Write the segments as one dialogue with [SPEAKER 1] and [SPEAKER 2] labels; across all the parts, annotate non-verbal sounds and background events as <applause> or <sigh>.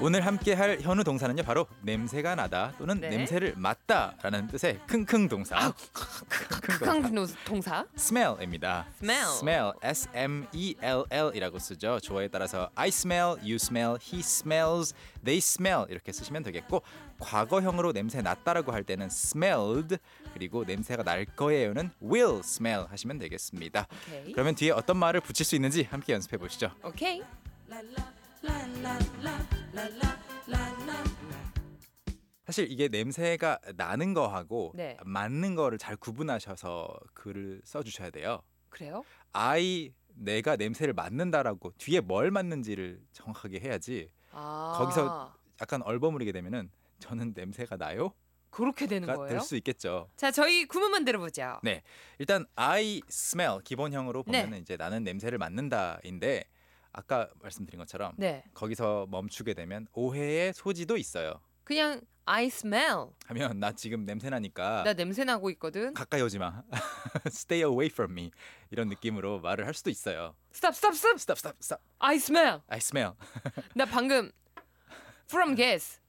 [SPEAKER 1] 오늘 함께 할 현우 동사는요 바로 냄새가 나다 또는
[SPEAKER 2] 네.
[SPEAKER 1] 냄새를 맡다라는 뜻의 킁킁 동사
[SPEAKER 2] 극강 동사.
[SPEAKER 1] smell입니다.
[SPEAKER 2] smell.
[SPEAKER 1] smell S M E L L이라고 쓰죠. 조어에 따라서 I smell, you smell, he smells, they smell 이렇게 쓰시면 되겠고 과거형으로 냄새 났다라고 할 때는 smelled 그리고 냄새가 날 거예요는 will smell 하시면 되겠습니다.
[SPEAKER 2] 오케이.
[SPEAKER 1] 그러면 뒤에 어떤 말을 붙일 수 있는지 함께 연습해 보시죠.
[SPEAKER 2] 오케이.
[SPEAKER 1] 사실 이게 냄새가 나는 거하고
[SPEAKER 2] 네.
[SPEAKER 1] 맞는 거를 잘 구분하셔서 글을 써 주셔야 돼요.
[SPEAKER 2] 그래요?
[SPEAKER 1] I 내가 냄새를 맡는다라고 뒤에 뭘 맡는지를 정확하게 해야지
[SPEAKER 2] 아.
[SPEAKER 1] 거기서 약간 얼버무리게 되면은 저는 냄새가 나요?
[SPEAKER 2] 그렇게 되는
[SPEAKER 1] 가
[SPEAKER 2] 거예요?
[SPEAKER 1] 될 수 있겠죠.
[SPEAKER 2] 자, 저희 구문 만들어 보죠.
[SPEAKER 1] 네. 일단 I smell 기본형으로
[SPEAKER 2] 네.
[SPEAKER 1] 보면은 이제 나는 냄새를 맡는다인데 아까 말씀드린 것처럼
[SPEAKER 2] 네.
[SPEAKER 1] 거기서 멈추게 되면 오해의 소지도 있어요.
[SPEAKER 2] 그냥 I smell.
[SPEAKER 1] 하면 나 지금 냄새 나니까
[SPEAKER 2] 나 냄새 나고 있거든.
[SPEAKER 1] 아. 가까이 오지 마. <laughs> Stay away from me. 이런 느낌으로 말을 할 수도 있어요.
[SPEAKER 2] 스탑 스탑 스탑.
[SPEAKER 1] Stop, stop, stop.
[SPEAKER 2] I smell.
[SPEAKER 1] I smell.
[SPEAKER 2] 나 방금 from gas.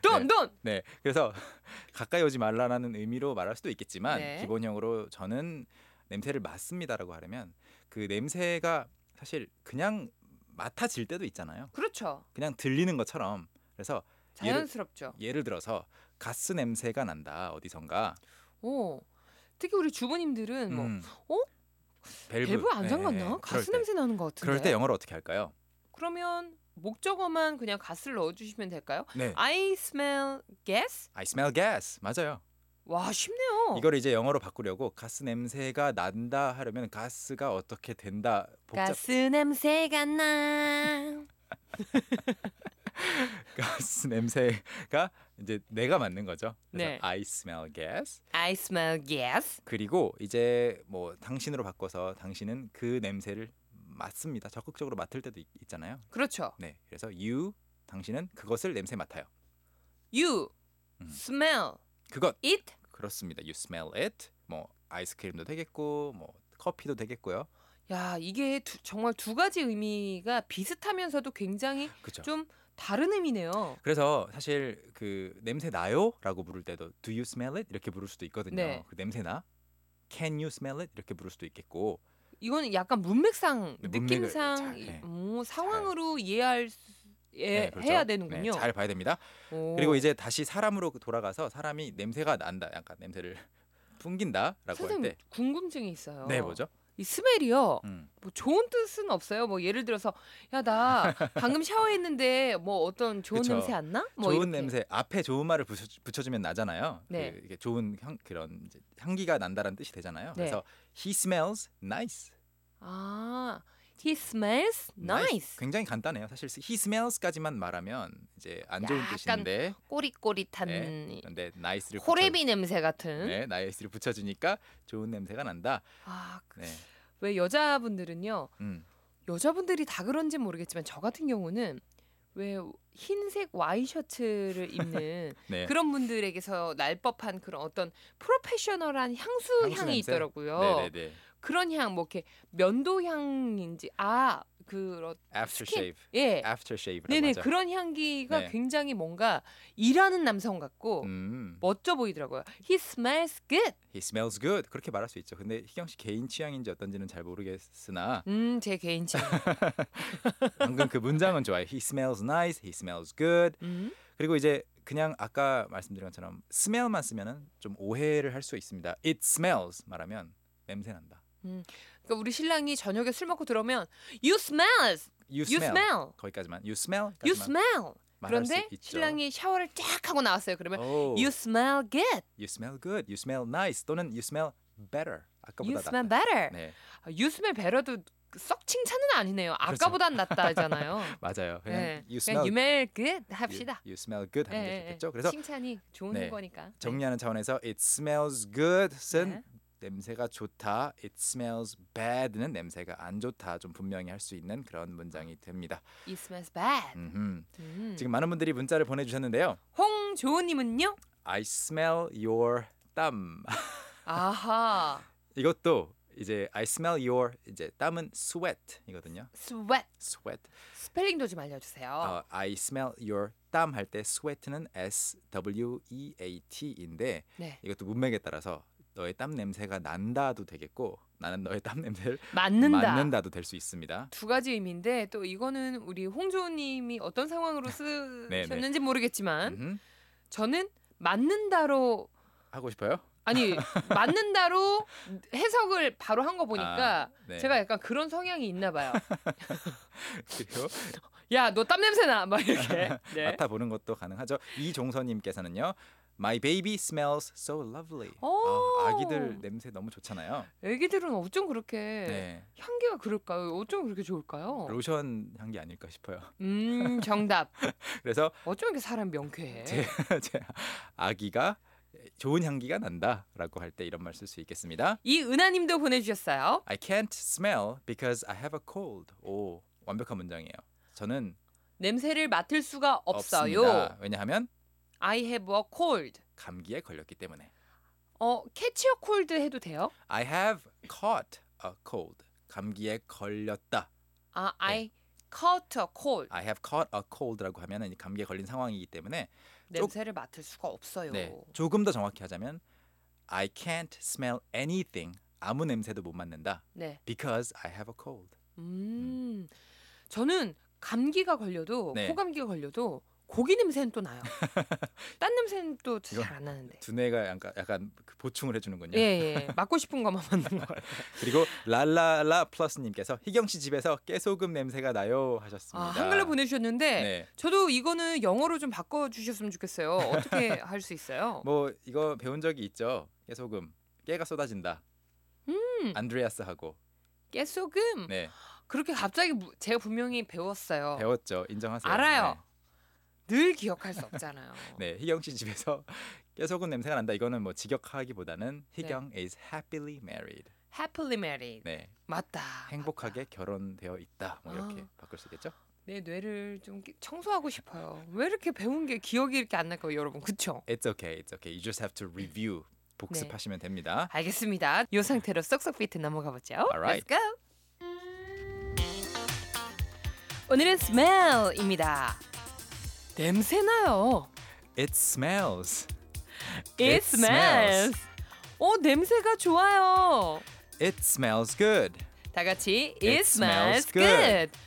[SPEAKER 2] 돈 돈.
[SPEAKER 1] 네, 그래서 <laughs> 가까이 오지 말라라는 의미로 말할 수도 있겠지만
[SPEAKER 2] 네.
[SPEAKER 1] 기본형으로 저는 냄새를 맡습니다라고 하려면 그 냄새가 사실 그냥 맡아질 때도 있잖아요.
[SPEAKER 2] 그렇죠.
[SPEAKER 1] 그냥 들리는 것처럼. 그래서
[SPEAKER 2] 자연스럽죠.
[SPEAKER 1] 예를 들어서 가스 냄새가 난다 어디선가.
[SPEAKER 2] 오. 특히 우리 주부님들은 뭐
[SPEAKER 1] 음,
[SPEAKER 2] 어?
[SPEAKER 1] 밸브,
[SPEAKER 2] 밸브 안
[SPEAKER 1] 네,
[SPEAKER 2] 잠갔나?
[SPEAKER 1] 네,
[SPEAKER 2] 가스
[SPEAKER 1] 그럴 때.
[SPEAKER 2] 냄새 나는 것 같은데.
[SPEAKER 1] 그럴 때 영어로 어떻게 할까요?
[SPEAKER 2] 그러면 목적어만 그냥 가스를 넣어 주시면 될까요?
[SPEAKER 1] 네,
[SPEAKER 2] I smell gas.
[SPEAKER 1] I smell gas. 맞아요.
[SPEAKER 2] 와, 쉽네요.
[SPEAKER 1] 이걸 이제 영어로 바꾸려고 가스 냄새가 난다 하려면 가스가 어떻게 된다 복잡
[SPEAKER 2] 가스 냄새가 나.
[SPEAKER 1] <laughs> 가스 냄새가 이제 내가 맡는 거죠. 그래서
[SPEAKER 2] 네.
[SPEAKER 1] I smell gas.
[SPEAKER 2] <laughs> I smell gas.
[SPEAKER 1] 그리고 이제 뭐 당신으로 바꿔서 당신은 그 냄새를 맡습니다. 적극적으로 맡을 때도 있, 잖아요
[SPEAKER 2] 그렇죠.
[SPEAKER 1] 네. 그래서 you 당신은 그것을 냄새 맡아요.
[SPEAKER 2] You
[SPEAKER 1] 음.
[SPEAKER 2] smell
[SPEAKER 1] 그것
[SPEAKER 2] it.
[SPEAKER 1] 그렇습니다. You smell it. 뭐 아이스크림도 되겠고 뭐 커피도 되겠고요.
[SPEAKER 2] 야, 이게 두- 정말 두 가지 의미가 비슷하면서도 굉장히
[SPEAKER 1] 그렇죠.
[SPEAKER 2] 좀 다른 의미네요.
[SPEAKER 1] 그래서 사실 그 냄새 나요라고 부를 때도 do you smell it 이렇게 부를 수도 있거든요.
[SPEAKER 2] 네.
[SPEAKER 1] 그 냄새 나? Can you smell it 이렇게 부를 수도 있겠고
[SPEAKER 2] 이건 약간 문맥상
[SPEAKER 1] 네, 문맥을
[SPEAKER 2] 느낌상
[SPEAKER 1] 잘, 네.
[SPEAKER 2] 오, 상황으로 이해할 수, 예,
[SPEAKER 1] 네, 그렇죠.
[SPEAKER 2] 해야 되는군요.
[SPEAKER 1] 네, 잘 봐야 됩니다.
[SPEAKER 2] 오.
[SPEAKER 1] 그리고 이제 다시 사람으로 돌아가서 사람이 냄새가 난다, 약간 냄새를 <laughs> 풍긴다라고 할
[SPEAKER 2] 선생님
[SPEAKER 1] 때,
[SPEAKER 2] 궁금증이 있어요.
[SPEAKER 1] 네 뭐죠?
[SPEAKER 2] 이 스멜이요.
[SPEAKER 1] 음.
[SPEAKER 2] 뭐 좋은 뜻은 없어요. 뭐 예를 들어서 야 나 방금 샤워했는데 뭐 어떤 좋은
[SPEAKER 1] 그쵸.
[SPEAKER 2] 냄새 안 나? 뭐
[SPEAKER 1] 좋은
[SPEAKER 2] 이렇게.
[SPEAKER 1] 냄새 앞에 좋은 말을 붙여, 주면 나잖아요.
[SPEAKER 2] 네.
[SPEAKER 1] 그, 이게 좋은 향 그런 이제 향기가 난다라는 뜻이 되잖아요.
[SPEAKER 2] 네.
[SPEAKER 1] 그래서 he smells nice.
[SPEAKER 2] 아, he smells nice.
[SPEAKER 1] 굉장히 간단해요. 사실 he smells까지만 말하면 이제 안 좋은
[SPEAKER 2] 약간
[SPEAKER 1] 뜻인데
[SPEAKER 2] 꼬릿꼬릿한
[SPEAKER 1] 네. 그런데 nice를
[SPEAKER 2] 호레비 냄새 같은.
[SPEAKER 1] 붙여, 네, nice를 붙여주니까 좋은 냄새가 난다.
[SPEAKER 2] 아, 그-
[SPEAKER 1] 네.
[SPEAKER 2] 왜 여자분들은요?
[SPEAKER 1] 음.
[SPEAKER 2] 여자분들이 다 그런지 모르겠지만 저 같은 경우는 왜 흰색
[SPEAKER 1] <laughs>
[SPEAKER 2] 와이셔츠를 입는
[SPEAKER 1] 네.
[SPEAKER 2] 그런 분들에게서 날 법한 그런 어떤 프로페셔널한 향수,
[SPEAKER 1] 향수
[SPEAKER 2] 향이
[SPEAKER 1] 냄새?
[SPEAKER 2] 있더라고요.
[SPEAKER 1] 네, 네, 네.
[SPEAKER 2] 그런 향, 뭐 이렇게 면도 향인지 아, 그
[SPEAKER 1] after
[SPEAKER 2] 스킨.
[SPEAKER 1] shave.
[SPEAKER 2] 예.
[SPEAKER 1] after shave라고
[SPEAKER 2] 네네
[SPEAKER 1] 하죠.
[SPEAKER 2] 그런 향기가
[SPEAKER 1] 아, 네.
[SPEAKER 2] 굉장히 뭔가 일하는 남성 같고
[SPEAKER 1] 음.
[SPEAKER 2] 멋져 보이더라고요. He smells good.
[SPEAKER 1] He smells good 그렇게 말할 수 있죠. 근데 희경 씨 개인 취향인지 어떤지는 잘 모르겠으나
[SPEAKER 2] 음, 제 개인
[SPEAKER 1] <laughs>
[SPEAKER 2] 취향.
[SPEAKER 1] 방금 그 문장은 좋아요. He smells nice, he smells good.
[SPEAKER 2] 음.
[SPEAKER 1] 그리고 이제 그냥 아까 말씀드린 것처럼 smell만 쓰면은 좀 오해를 할 수 있습니다. It smells 말하면 냄새 난다.
[SPEAKER 2] 그러니까 우리 신랑이 저녁에 술 먹고 들어오면 you smells,
[SPEAKER 1] You
[SPEAKER 2] you
[SPEAKER 1] smell,
[SPEAKER 2] smell,
[SPEAKER 1] 거기까지만 you smell
[SPEAKER 2] you smell.
[SPEAKER 1] 말할 수
[SPEAKER 2] 그런데
[SPEAKER 1] 있죠.
[SPEAKER 2] 신랑이 샤워를 쫙 하고 나왔어요. 그러면
[SPEAKER 1] oh,
[SPEAKER 2] you smell good,
[SPEAKER 1] you smell good, you smell nice 또는 you smell better 아까보다
[SPEAKER 2] you smell
[SPEAKER 1] 낫다.
[SPEAKER 2] better.
[SPEAKER 1] 네
[SPEAKER 2] 아, you smell better도 썩 칭찬은 아니네요.
[SPEAKER 1] 그렇죠.
[SPEAKER 2] 아까보단
[SPEAKER 1] <laughs>
[SPEAKER 2] 낫다잖아요.
[SPEAKER 1] 맞아요. 그냥
[SPEAKER 2] 네. 그냥
[SPEAKER 1] you smell
[SPEAKER 2] you smell good
[SPEAKER 1] you,
[SPEAKER 2] 합시다.
[SPEAKER 1] you smell good 하는
[SPEAKER 2] 예,
[SPEAKER 1] 게
[SPEAKER 2] 예, 예.
[SPEAKER 1] 좋겠죠. 그래서
[SPEAKER 2] 칭찬이 좋은
[SPEAKER 1] 네.
[SPEAKER 2] 거니까.
[SPEAKER 1] 정리하는 차원에서 it smells good은
[SPEAKER 2] 네.
[SPEAKER 1] 냄새가 좋다, it smells bad는 냄새가 안 좋다 좀 분명히 할 수 있는 그런 문장이 됩니다.
[SPEAKER 2] It smells bad.
[SPEAKER 1] 음흠.
[SPEAKER 2] 음.
[SPEAKER 1] 지금 많은 분들이 문자를 보내주셨는데요.
[SPEAKER 2] 홍조은님은요?
[SPEAKER 1] I smell your 땀.
[SPEAKER 2] 아하.
[SPEAKER 1] 이것도 이제 I smell your 이제 땀은 sweat이거든요.
[SPEAKER 2] sweat.
[SPEAKER 1] sweat.
[SPEAKER 2] 스펠링도 좀 알려주세요.
[SPEAKER 1] 어, I smell your 땀 할 때 sweat는 S W E A T인데
[SPEAKER 2] 네.
[SPEAKER 1] 이것도 문맥에 따라서 너의 땀 냄새가 난다도 되겠고 나는 너의 땀 냄새를
[SPEAKER 2] 맞는다.
[SPEAKER 1] 맡는다도 될 수 있습니다.
[SPEAKER 2] 두 가지 의미인데 또 이거는 우리 홍조님이 어떤 상황으로
[SPEAKER 1] <laughs> 네, 네.
[SPEAKER 2] 쓰셨는지 모르겠지만
[SPEAKER 1] 음흠.
[SPEAKER 2] 저는 맞는다로
[SPEAKER 1] 하고 싶어요? <laughs>
[SPEAKER 2] 아니 맞는다로 해석을 바로 한 거 보니까
[SPEAKER 1] 네.
[SPEAKER 2] 제가 약간 그런 성향이 있나 봐요.
[SPEAKER 1] <laughs> 그리고
[SPEAKER 2] 야 너 땀 냄새 나 막 이렇게.
[SPEAKER 1] <laughs>
[SPEAKER 2] 네.
[SPEAKER 1] 맡아보는 것도 가능하죠. 이종서님께서는요. My baby smells so lovely.
[SPEAKER 2] 오.
[SPEAKER 1] 아, 아기들 냄새 너무 좋잖아요.
[SPEAKER 2] 애기들은 어쩜 그렇게
[SPEAKER 1] 네.
[SPEAKER 2] 향기가 그럴까요? 어쩜 그렇게 좋을까요?
[SPEAKER 1] 로션 향기 아닐까 싶어요. <laughs>
[SPEAKER 2] 음 정답.
[SPEAKER 1] 그래서
[SPEAKER 2] 어쩜 이렇게 사람 명쾌해.
[SPEAKER 1] 제, <laughs> 제 아기가 좋은 향기가 난다라고 할 때 이런 말 쓸 수 있겠습니다.
[SPEAKER 2] 이 은하님도 보내주셨어요.
[SPEAKER 1] I can't smell because I have a cold. 오 완벽한 문장이에요. 저는
[SPEAKER 2] 냄새를 맡을 수가 없어요.
[SPEAKER 1] 없습니다. 왜냐하면
[SPEAKER 2] I have a cold.
[SPEAKER 1] 감기에 걸렸기 때문에.
[SPEAKER 2] 어 캐치어 콜드 해도 돼요?
[SPEAKER 1] I have caught a cold. 감기에 걸렸다.
[SPEAKER 2] 아 I
[SPEAKER 1] 네.
[SPEAKER 2] caught a cold.
[SPEAKER 1] I have caught a cold라고 하면은 감기에 걸린 상황이기 때문에
[SPEAKER 2] 냄새를 맡을 수가 없어요.
[SPEAKER 1] 네, 조금 더 정확히 하자면 I can't smell anything. 아무 냄새도 못 맡는다.
[SPEAKER 2] 네.
[SPEAKER 1] Because I have a cold.
[SPEAKER 2] 음. 저는 감기가 걸려도
[SPEAKER 1] 네.
[SPEAKER 2] 코감기가 걸려도 고기 냄새는 또
[SPEAKER 1] <laughs>
[SPEAKER 2] 나요. 딴 냄새는 또 잘 안 나는데.
[SPEAKER 1] 두뇌가 약간, 약간 그 보충을 해주는군요.
[SPEAKER 2] 예, 예. 맡고 싶은 것만 <laughs> 맡는 거.
[SPEAKER 1] 그리고 랄랄라 플러스님께서 희경 씨 집에서 깨소금 냄새가 나요
[SPEAKER 2] 아,
[SPEAKER 1] 하셨습니다.
[SPEAKER 2] 한글로 보내주셨는데
[SPEAKER 1] 네.
[SPEAKER 2] 저도 이거는 영어로 좀 바꿔 주셨으면 좋겠어요.
[SPEAKER 1] <laughs>
[SPEAKER 2] 어떻게 할 수 있어요?
[SPEAKER 1] 뭐 이거 배운 적이 있죠. 깨소금. 깨가 쏟아진다.
[SPEAKER 2] 음.
[SPEAKER 1] 안드레아스 하고.
[SPEAKER 2] 깨소금
[SPEAKER 1] 네.
[SPEAKER 2] 그렇게 갑자기 무- 제가 분명히 배웠어요.
[SPEAKER 1] 배웠죠. 인정하세요.
[SPEAKER 2] 알아요. 늘 기억할 수 없잖아요.
[SPEAKER 1] <laughs> 네. 네. 희경 씨 집에서 <laughs> 깨소금 냄새가 난다. 이거는 뭐 직역하기보다는 희경
[SPEAKER 2] 네.
[SPEAKER 1] is happily married.
[SPEAKER 2] Happily married.
[SPEAKER 1] 네.
[SPEAKER 2] 아, 맞다.
[SPEAKER 1] 행복하게 결혼되어 있다. 뭐 이렇게
[SPEAKER 2] 아.
[SPEAKER 1] 바꿀 수 있겠죠?
[SPEAKER 2] 내 뇌를 좀 깨- 청소하고 싶어요. 왜 이렇게 배운 게 기억이 이렇게 안 날까요, 여러분? 그쵸?
[SPEAKER 1] It's okay. It's okay. You just have to review.
[SPEAKER 2] 네.
[SPEAKER 1] 복습하시면 됩니다.
[SPEAKER 2] 알겠습니다. 이 상태로 쏙쏙 비트 넘어가 보죠.
[SPEAKER 1] Alright.
[SPEAKER 2] Let's go. 오늘은 smell입니다. 냄새 나요.
[SPEAKER 1] It smells.
[SPEAKER 2] It,
[SPEAKER 1] It
[SPEAKER 2] smells.
[SPEAKER 1] smells.
[SPEAKER 2] 어 냄새가 좋아요.
[SPEAKER 1] It smells good.
[SPEAKER 2] 다 같이 It,
[SPEAKER 1] It
[SPEAKER 2] smells,
[SPEAKER 1] smells
[SPEAKER 2] good.
[SPEAKER 1] good.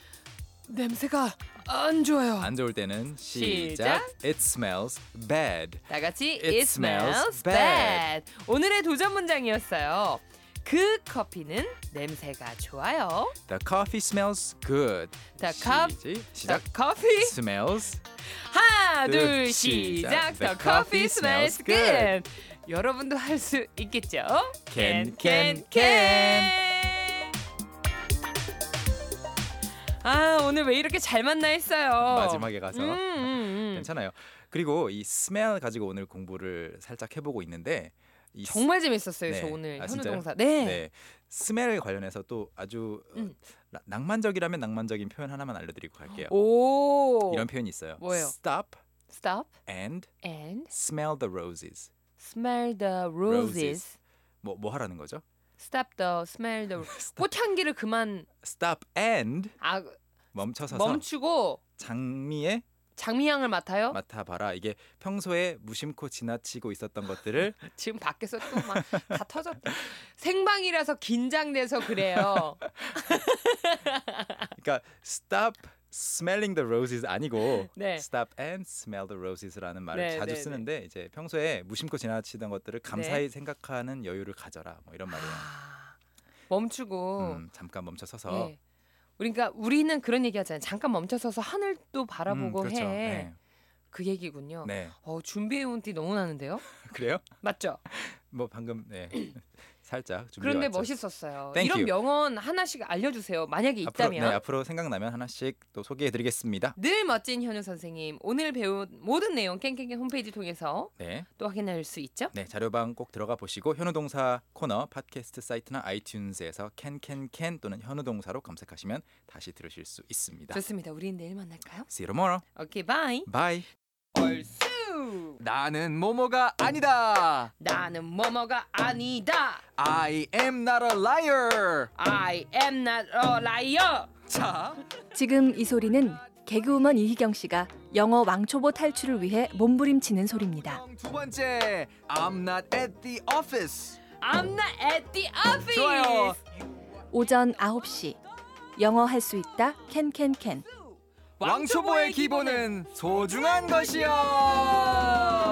[SPEAKER 2] 냄새가 안 좋아요.
[SPEAKER 1] 안 좋을 때는
[SPEAKER 2] 시작.
[SPEAKER 1] 시작. It smells bad.
[SPEAKER 2] 다 같이
[SPEAKER 1] It
[SPEAKER 2] It smells
[SPEAKER 1] smells
[SPEAKER 2] bad. 오늘의 도전 문장이었어요. 그 커피는 냄새가 좋아요.
[SPEAKER 1] The coffee smells good.
[SPEAKER 2] The cup.
[SPEAKER 1] 시지-
[SPEAKER 2] The
[SPEAKER 1] 시작.
[SPEAKER 2] coffee.
[SPEAKER 1] smells.
[SPEAKER 2] 하나 둘
[SPEAKER 1] 둘,
[SPEAKER 2] 시작.
[SPEAKER 1] 시작.
[SPEAKER 2] The
[SPEAKER 1] The
[SPEAKER 2] coffee
[SPEAKER 1] coffee
[SPEAKER 2] smells
[SPEAKER 1] smells
[SPEAKER 2] good. 여러분도 할 수 있겠죠?
[SPEAKER 1] Can,
[SPEAKER 2] can,
[SPEAKER 1] can,
[SPEAKER 2] can. 아 오늘 왜 이렇게 잘 만나 했어요.
[SPEAKER 1] 마지막에 가서.
[SPEAKER 2] 음, 음, 음.
[SPEAKER 1] 괜찮아요. 그리고 이 smell 가지고 오늘 공부를 살짝 해보고 있는데 이 s-
[SPEAKER 2] 정말 재밌었어요.
[SPEAKER 1] 네.
[SPEAKER 2] 저 오늘
[SPEAKER 1] 아,
[SPEAKER 2] 현우
[SPEAKER 1] 진짜요?
[SPEAKER 2] 동사.
[SPEAKER 1] 네. smell 관련해서 또 아주 어,
[SPEAKER 2] 음.
[SPEAKER 1] 라- 낭만적이라면 낭만적인 표현 하나만 알려드리고 갈게요.
[SPEAKER 2] 오.
[SPEAKER 1] 이런 표현이 있어요.
[SPEAKER 2] 뭐예요?
[SPEAKER 1] Stop
[SPEAKER 2] Stop
[SPEAKER 1] and
[SPEAKER 2] and
[SPEAKER 1] smell the roses.
[SPEAKER 2] smell the roses.
[SPEAKER 1] Roses. 뭐 뭐 하라는 거죠?
[SPEAKER 2] Stop the smell the
[SPEAKER 1] <laughs>
[SPEAKER 2] 꽃향기를 그만
[SPEAKER 1] Stop and
[SPEAKER 2] 아,
[SPEAKER 1] 멈춰서서
[SPEAKER 2] 멈추고
[SPEAKER 1] 장미의
[SPEAKER 2] 장미향을 맡아요.
[SPEAKER 1] 맡아봐라. 이게 평소에 무심코 지나치고 있었던 것들을
[SPEAKER 2] 지금 밖에서 또 막 다 터졌다. 생방이라서 긴장돼서
[SPEAKER 1] <laughs>
[SPEAKER 2] 그래요.
[SPEAKER 1] 그러니까 stop smelling the roses 아니고
[SPEAKER 2] <laughs> 네.
[SPEAKER 1] stop and smell the roses라는 말을
[SPEAKER 2] 네,
[SPEAKER 1] 자주
[SPEAKER 2] 네,
[SPEAKER 1] 쓰는데 이제 평소에 무심코 지나치던 것들을 감사히 생각하는 여유를 가져라. 뭐 이런 말이에요.
[SPEAKER 2] 아, 멈추고.
[SPEAKER 1] 음, 잠깐 멈춰 서서
[SPEAKER 2] 예. 그러니까 우리는 그런 얘기 하잖아요. 잠깐 멈춰서서 하늘도 바라보고
[SPEAKER 1] 그렇죠.
[SPEAKER 2] 해.
[SPEAKER 1] 네.
[SPEAKER 2] 그 얘기군요.
[SPEAKER 1] 네. <laughs>
[SPEAKER 2] 어, 준비해온 띠 너무 나는데요.
[SPEAKER 1] 그래요?
[SPEAKER 2] 맞죠?
[SPEAKER 1] 뭐
[SPEAKER 2] <laughs>
[SPEAKER 1] 방금 네. 살짝 <laughs> 준비
[SPEAKER 2] 그런데
[SPEAKER 1] 왔죠.
[SPEAKER 2] 멋있었어요.
[SPEAKER 1] Thank
[SPEAKER 2] 이런
[SPEAKER 1] you.
[SPEAKER 2] 명언 하나씩 알려주세요. 만약에
[SPEAKER 1] 앞으로,
[SPEAKER 2] 있다면
[SPEAKER 1] 네, 앞으로 생각나면 하나씩 또 소개해드리겠습니다.
[SPEAKER 2] 늘 멋진 현우 선생님 오늘 배운 모든 내용 깽깽깽 홈페이지 통해서
[SPEAKER 1] 네.
[SPEAKER 2] 또 확인할 수 있죠?
[SPEAKER 1] 네 자료방 꼭 들어가 보시고 현우동사 코너 팟캐스트 사이트나 아이튠즈에서 캔캔캔 또는 현우동사로 검색하시면 다시 들으실 수 있습니다.
[SPEAKER 2] 좋습니다. 우리 내일 만날까요?
[SPEAKER 1] See you tomorrow.
[SPEAKER 2] 오케이 바이.
[SPEAKER 1] Bye.
[SPEAKER 2] 얼쑤. 유.
[SPEAKER 3] 나는 모모가 아니다.
[SPEAKER 2] 나는 뭐뭐가 아니다.
[SPEAKER 3] I am not a liar.
[SPEAKER 2] I am not a liar.
[SPEAKER 3] 자,
[SPEAKER 4] 지금 이 소리는 개그우먼 이희경 씨가 영어 왕초보 탈출을 위해 몸부림치는 소리입니다.
[SPEAKER 3] 두 번째. I'm not at the office.
[SPEAKER 2] I'm not at the office.
[SPEAKER 3] 좋아요.
[SPEAKER 4] 오전 9시 영어 할 수 있다 캔캔캔
[SPEAKER 3] 왕초보의 기본은 소중한 것이요.